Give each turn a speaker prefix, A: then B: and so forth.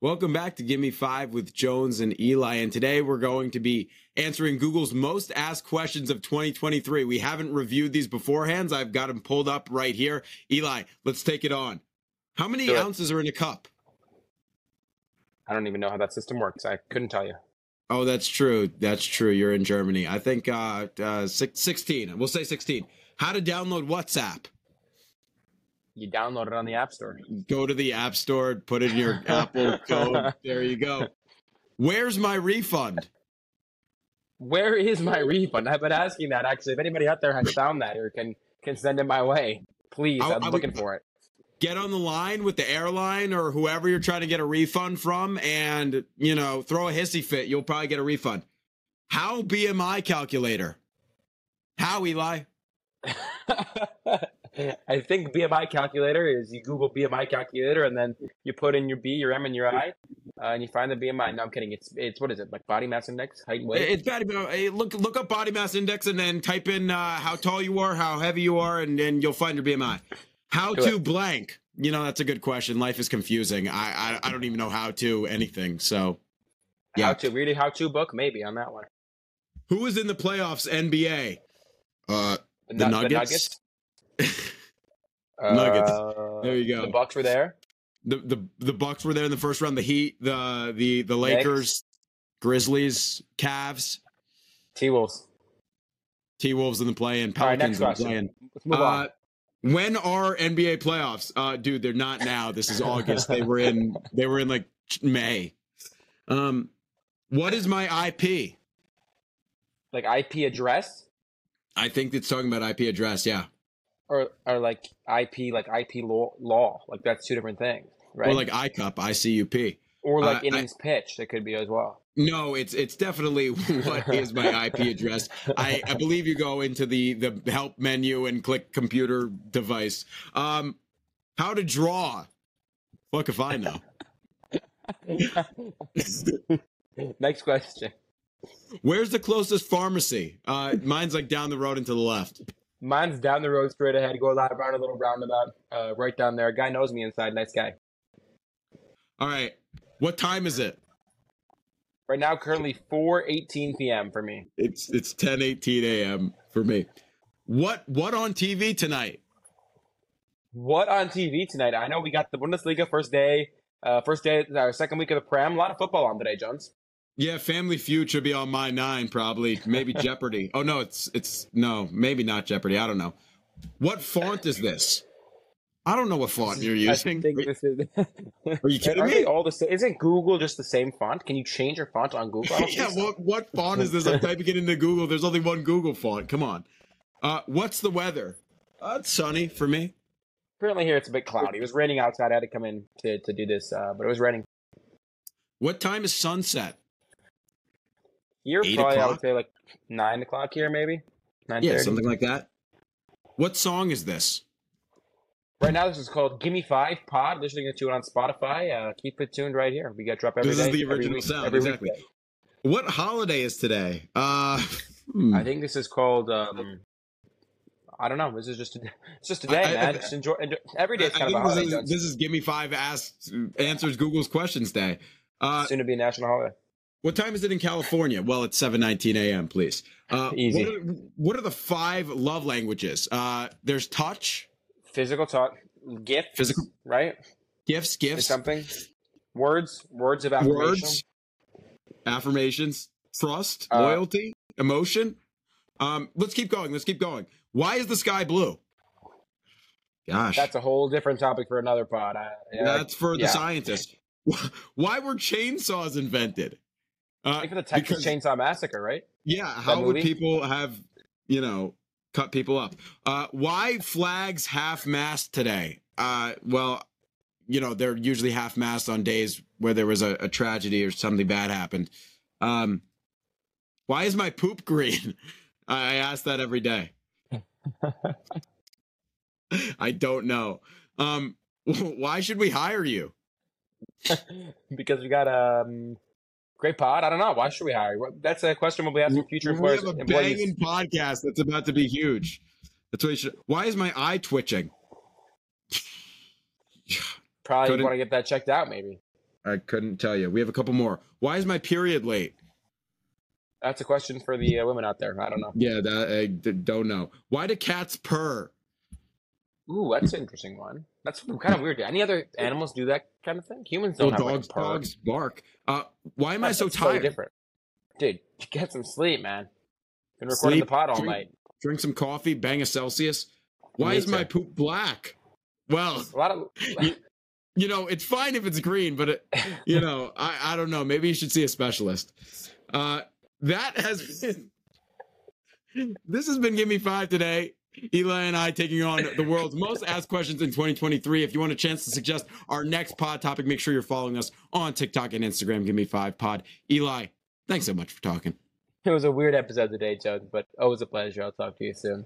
A: Welcome back to Give Me Five with Jones and Eli. And today we're going to be answering Google's most asked questions of 2023. We haven't reviewed these beforehand. I've got them pulled up right here. Eli, let's take it on. How many
B: Do it.
A: ounces are in a cup?
B: I don't even know how that system works. I couldn't tell you.
A: Oh, that's true. That's true. You're in Germany. I think uh, uh, six, 16. We'll say 16. How to download WhatsApp.
B: You download it on the App Store.
A: Go to the App Store, put in your Apple code. There you go. Where's my refund?
B: Where is my refund? I've been asking that actually. If anybody out there has found that or can can send it my way, please.
A: I-
B: I'm
A: I would-
B: looking for it.
A: Get on the line with the airline or whoever you're trying to get a refund from and, you know, throw a hissy fit. You'll probably get a refund. How BMI calculator? How, Eli?
B: I think BMI calculator is you Google BMI calculator and then you put in your B, your M, and your I, uh, and you find the BMI. No, I'm kidding. It's it's what is it like body mass index, height, and weight.
A: It's bad. About, hey, look look up body mass index and then type in uh, how tall you are, how heavy you are, and then you'll find your BMI. How
B: Do
A: to blank? You know that's a good question. Life is confusing. I I, I don't even know how to anything. So yeah.
B: How to read a how to book maybe on that one.
A: who was in the playoffs? NBA. Uh,
B: The,
A: The
B: Nu- the
A: Nuggets?
B: Nuggets.
A: Nuggets.
B: Uh,
A: There you go.
B: The Bucks were there.
A: the the the Bucks were there in the first round. The Heat, the the the Lakers, Grizzlies, Cavs,
B: T Wolves.
A: T Wolves in the play, and
B: All right, next
A: Pelicans in the
B: question.
A: play. in.
B: Let's move on.
A: Uh, when are NBA playoffs? Uh, dude, they're not now. This is August. they were in. They were in like May. Um, what is my IP?
B: Like IP address
A: I think it's talking about IP address. Yeah,
B: or or like IP like IP law, law. like that's two different things, right?
A: or like ICUP, ICUP.
B: Or like
A: I- I-
B: innings pitched. It could be as well.
A: No, it's it's definitely what is my IP address. I, I believe you go into the the help menu and click computer device. Um, how to draw? Fuck if I know.
B: Next question.
A: Where's the closest pharmacy? Uh, mine's like down the road and to the left.
B: Mine's down the road, straight ahead. Go a lot around a little roundabout, uh, right down there. Guy knows me inside. Nice guy.
A: All right. What time is it?
B: Right now, currently four eighteen p.m. for me.
A: It's it's ten eighteen a.m. for me. What what on TV tonight?
B: What on TV tonight? I know we got the Bundesliga first day, uh, first day, our second week of the Prem. A lot of football on today, Jones.
A: Yeah, Family Feud should be on my nine probably. Maybe Jeopardy. Oh no, it's it's no, maybe not Jeopardy. I don't know. What font is this? I don't know what font you're using.
B: I think this is.
A: Are you kidding
B: Aren't they
A: me?
B: all the same? Isn't Google just the same font? Can you change your font on Google? I don't
A: Yeah,
B: think so.
A: what what font is this? I'm typing it into Google. There's only one Google font. Come on. Uh, what's the weather? Uh, it's sunny for me.
B: Apparently here it's a bit cloudy. It was raining outside. I had to come in to, to do this, uh, but it was raining.
A: What time is sunset?
B: Here,
A: Eight
B: probably I
A: o'clock?
B: would say like nine o'clock here, maybe nine
A: Yeah,
B: thirty.
A: something like that. What song is this?
B: Right now, this is called "Gimme Five Pod." Listening to it on Spotify. Uh, keep it tuned right here. We got drop every
A: This is
B: day,
A: the
B: every
A: original
B: week,
A: sound,
B: every
A: exactly.
B: weekday.
A: What holiday is today? Uh, hmm.
B: I think this is called. Um, I don't know. This is just a, it's just a day,
A: I- I-
B: man. just enjoy, enjoy. Every day is
A: I
B: kind of a
A: think
B: holiday.
A: this is,
B: Jones.
A: this is Give Me Five Asks Answers Google's Questions Day. Uh,
B: Soon to be a national holiday.
A: what time is it in California? Well, it's 7.19 a.m., please. Uh,
B: Easy.
A: What are, what are the five love languages? Uh, there's touch,
B: Physical talk, gift,
A: Physical-
B: right?
A: gifts,
B: Or
A: gifts,
B: something. Words, words of affirmation.
A: words, affirmations, trust,
B: Uh,
A: loyalty, emotion. Um, let's keep going. Let's keep going. Why is the sky blue? Gosh.
B: That's a whole different topic for another pod. I, yeah,
A: That's for the
B: yeah.
A: scientists. Why were chainsaws invented?
B: I
A: Uh,
B: think for the Texas
A: because-
B: Chainsaw Massacre, right?
A: yeah, how would
B: movie?
A: people have, you know, cut people up? Uh, why flags half mast today? Uh, well, you know, they're usually half mast on days where there was a, a tragedy or something bad happened. Um, why is my poop green? I I ask that every day. I don't know. Um, why should we hire you?
B: Because we got a um, great pod. I don't know. Why should we hire? you? What- That's a question we'll be asking future
A: we
B: employers.
A: have a
B: employees.
A: banging podcast that's about to be huge. That's what you should. Why is my eye twitching?
B: Probably
A: couldn't-
B: want to get that checked out, maybe.
A: I couldn't tell you. We have a couple more. Why is my period late?
B: That's a question for the uh, women out there. I don't know.
A: Yeah, that, I d- don't know. Why do cats purr?
B: Ooh, that's an interesting one. That's kind of weird. Do Any other animals do that kind of thing? Humans don't
A: Well,
B: have
A: Oh, dogs,
B: like, a purr.
A: dogs bark. Uh, why am
B: That's-
A: I so
B: that's
A: tired?
B: different. Dude, get some sleep, man. Been recording
A: Sleep,
B: the pod all
A: drink-
B: night.
A: Drink some coffee, bang a Celsius. Why
B: Me
A: is my
B: too.
A: poop black? Well,
B: A lot of
A: you know, it's fine if it's green, but it, you know, I, I don't know. Maybe you should see a specialist. Uh, that has been. This has been Give Me Five today. Eli and I taking on the world's most asked questions in 2023. If you want a chance to suggest our next pod topic, make sure you're following us on TikTok and Instagram. Give Me Five Pod. Eli, thanks so much for talking.
B: it was a weird episode today, Joe, but always a pleasure. I'll talk to you soon.